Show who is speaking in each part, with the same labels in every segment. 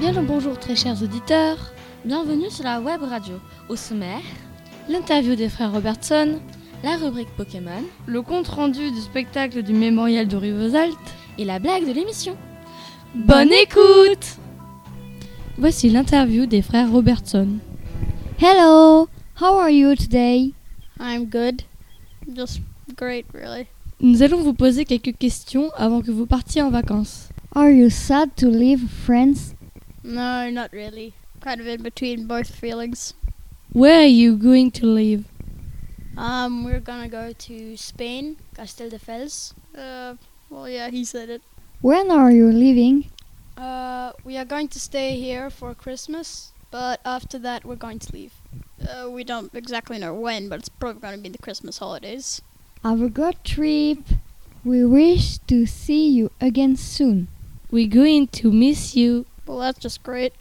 Speaker 1: Bien le bonjour très chers auditeurs. Bienvenue sur la web radio. Au sommaire, l'interview des frères Robertson, la rubrique Pokémon
Speaker 2: Le compte rendu du spectacle du mémorial de Rivesaltes.
Speaker 1: et la blague de l'émission.
Speaker 2: Bonne écoute
Speaker 1: Voici l'interview des frères Robertson.
Speaker 3: Hello, how are you today?
Speaker 4: I'm good. Just great, really.
Speaker 1: Nous allons vous poser quelques questions avant que vous partiez en vacances.
Speaker 3: Are you sad to leave France?
Speaker 4: No, not really. Kind of in between both feelings.
Speaker 1: Where are you going to live?
Speaker 4: Um, we're gonna go to Spain, Castel de Fels. Uh, well, yeah, he said it.
Speaker 3: When are you leaving?
Speaker 4: Uh, we are going to stay here for Christmas, but after that, we're going to leave. Uh, we don't exactly know when, but it's probably gonna be the Christmas holidays.
Speaker 3: Our good trip. We wish to see you again soon.
Speaker 1: We're going to miss you.
Speaker 4: Well, that's just great.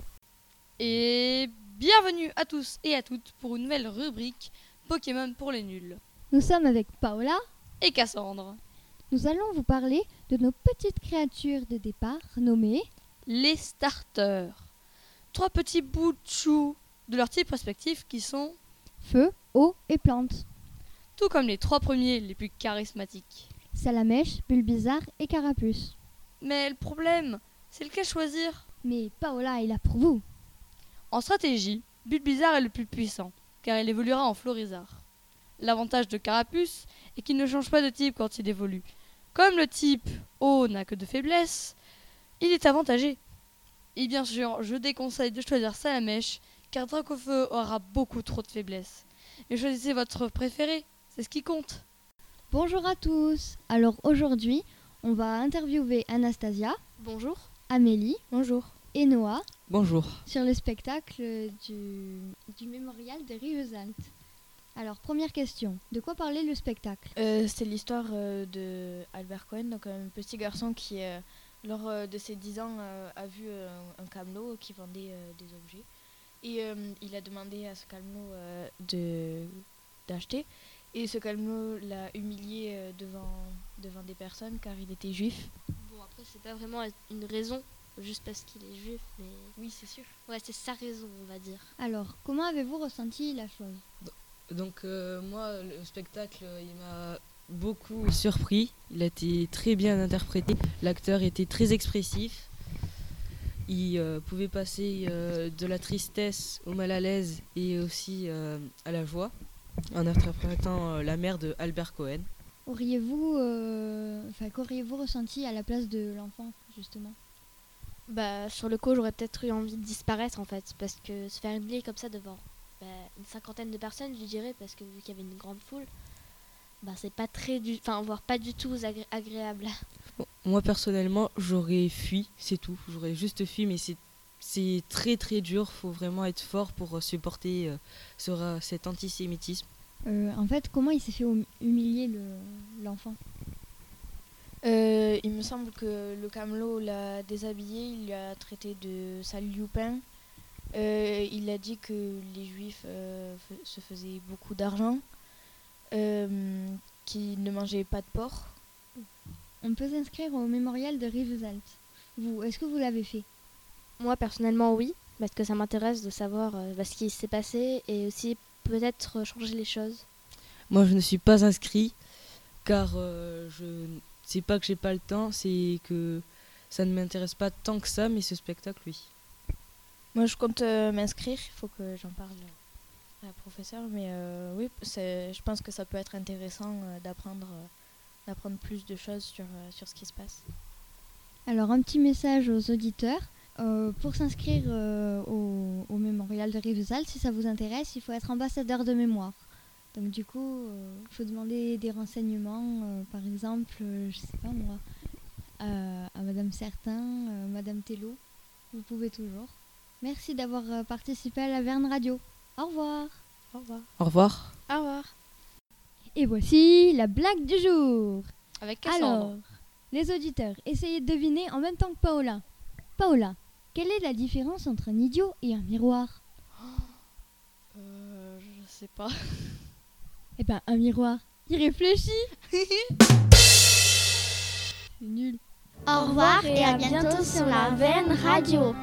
Speaker 2: Et bienvenue à tous et à toutes pour une nouvelle rubrique Pokémon pour les nuls
Speaker 3: Nous sommes avec Paola.
Speaker 2: et Cassandre,
Speaker 3: Nous allons vous parler de nos petites créatures de départ nommées.
Speaker 2: les starters. Trois petits bouts de choux de leur type respectif qui sont,
Speaker 3: Feu, eau et plante.
Speaker 2: tout comme les trois premiers, les plus charismatiques.
Speaker 3: Salamèche, Bulbizarre et Carapuce.
Speaker 2: Mais le problème, c'est lequel choisir
Speaker 3: Mais Paola est là pour vous.
Speaker 2: En stratégie, Bulbizarre est le plus puissant, car il évoluera en Florizard. L'avantage de Carapuce est qu'il ne change pas de type quand il évolue. Comme le type O n'a que de faiblesses, il est avantagé. Et bien sûr, je déconseille de choisir Salamèche, car Dracofeu aura beaucoup trop de faiblesses. Et choisissez votre préféré, c'est ce qui compte.
Speaker 3: Bonjour à tous. Alors aujourd'hui, on va interviewer Anastasia,
Speaker 2: Bonjour.
Speaker 3: Amélie
Speaker 1: Bonjour.
Speaker 3: et Noah
Speaker 5: Bonjour.
Speaker 3: sur le spectacle du, du mémorial de Rivesaltes. Alors, première question, de quoi parlait le spectacle
Speaker 6: Euh, C'était l'histoire euh, de Albert Cohen, donc un petit garçon qui, euh, lors euh, de ses 10 ans, euh, a vu euh, un camelot qui vendait euh, des objets. Et euh, il a demandé à ce camelot euh, de- d'acheter. Et ce camelot l'a humilié euh, devant, devant des personnes car il était juif.
Speaker 7: Bon, après, c'est pas vraiment une raison, juste parce qu'il est juif, mais.
Speaker 6: Oui, c'est sûr.
Speaker 7: Ouais, c'est sa raison, on va dire.
Speaker 3: Alors, comment avez-vous ressenti la chose
Speaker 5: Donc euh, moi, le spectacle, euh, il m'a beaucoup surpris. Il a été très bien interprété. L'acteur était très expressif. Il euh, pouvait passer euh, de la tristesse au mal à l'aise et aussi euh, à la joie en interprétant euh, la mère de Albert Cohen.
Speaker 3: Auriez-vous, euh, enfin, qu'auriez-vous ressenti à la place de l'enfant, justement
Speaker 7: Bah, sur le coup, j'aurais peut-être eu envie de disparaître en fait, parce que se faire humilier comme ça devant bah, une cinquantaine de personnes, je dirais, parce que vu qu'il y avait une grande foule, bah, c'est pas très du. Enfin, voire pas du tout agré- agréable.
Speaker 5: Bon, moi personnellement, j'aurais fui, c'est tout. J'aurais juste fui, mais c'est c'est très très dur. Faut vraiment être fort pour euh, supporter euh, ce ra- cet antisémitisme.
Speaker 3: Euh, En fait, comment il s'est fait hum- humilier le- l'enfant
Speaker 6: Euh, il me semble que le camelot l'a déshabillé, il l'a traité de sale youpin. Euh, il a dit que les juifs euh, f- se faisaient beaucoup d'argent, euh, qu'ils ne mangeaient pas de porc.
Speaker 3: On peut s'inscrire au mémorial de Rivesaltes. Vous, est-ce que vous l'avez fait
Speaker 7: Moi, personnellement, oui, parce que ça m'intéresse de savoir euh, bah, ce qui s'est passé et aussi peut-être euh, changer les choses.
Speaker 5: Moi, je ne suis pas inscrit car euh, je n- c'est pas que j'ai pas le temps, c'est que ça ne m'intéresse pas tant que ça, mais ce spectacle, oui.
Speaker 6: Moi, je compte euh, m'inscrire, il faut que j'en parle à la professeure, mais euh, oui, c'est- je pense que ça peut être intéressant euh, d'apprendre euh, d'apprendre plus de choses sur, euh, sur ce qui se passe.
Speaker 3: Alors, un petit message aux auditeurs. Euh, pour s'inscrire euh, au, au mémorial de Rivesaltes, si ça vous intéresse, il faut être ambassadeur de mémoire. Donc, du coup, euh, il faut demander des renseignements, euh, par exemple, euh, je sais pas moi, à- à Madame Certain, euh, Madame Tello. Vous pouvez toujours. Merci d'avoir euh, participé à la Verne Radio. Au revoir.
Speaker 6: Au revoir.
Speaker 5: Au revoir.
Speaker 6: Au revoir.
Speaker 3: Et voici la blague du jour.
Speaker 2: Avec Cassandre.
Speaker 3: Alors, les auditeurs, essayez de deviner en même temps que Paola. Paola, quelle est la différence entre un idiot et un miroir
Speaker 6: Euh, je sais pas.
Speaker 3: Eh ben, un miroir, il réfléchit C'est nul.
Speaker 8: Au revoir et à bientôt sur la Veine Radio.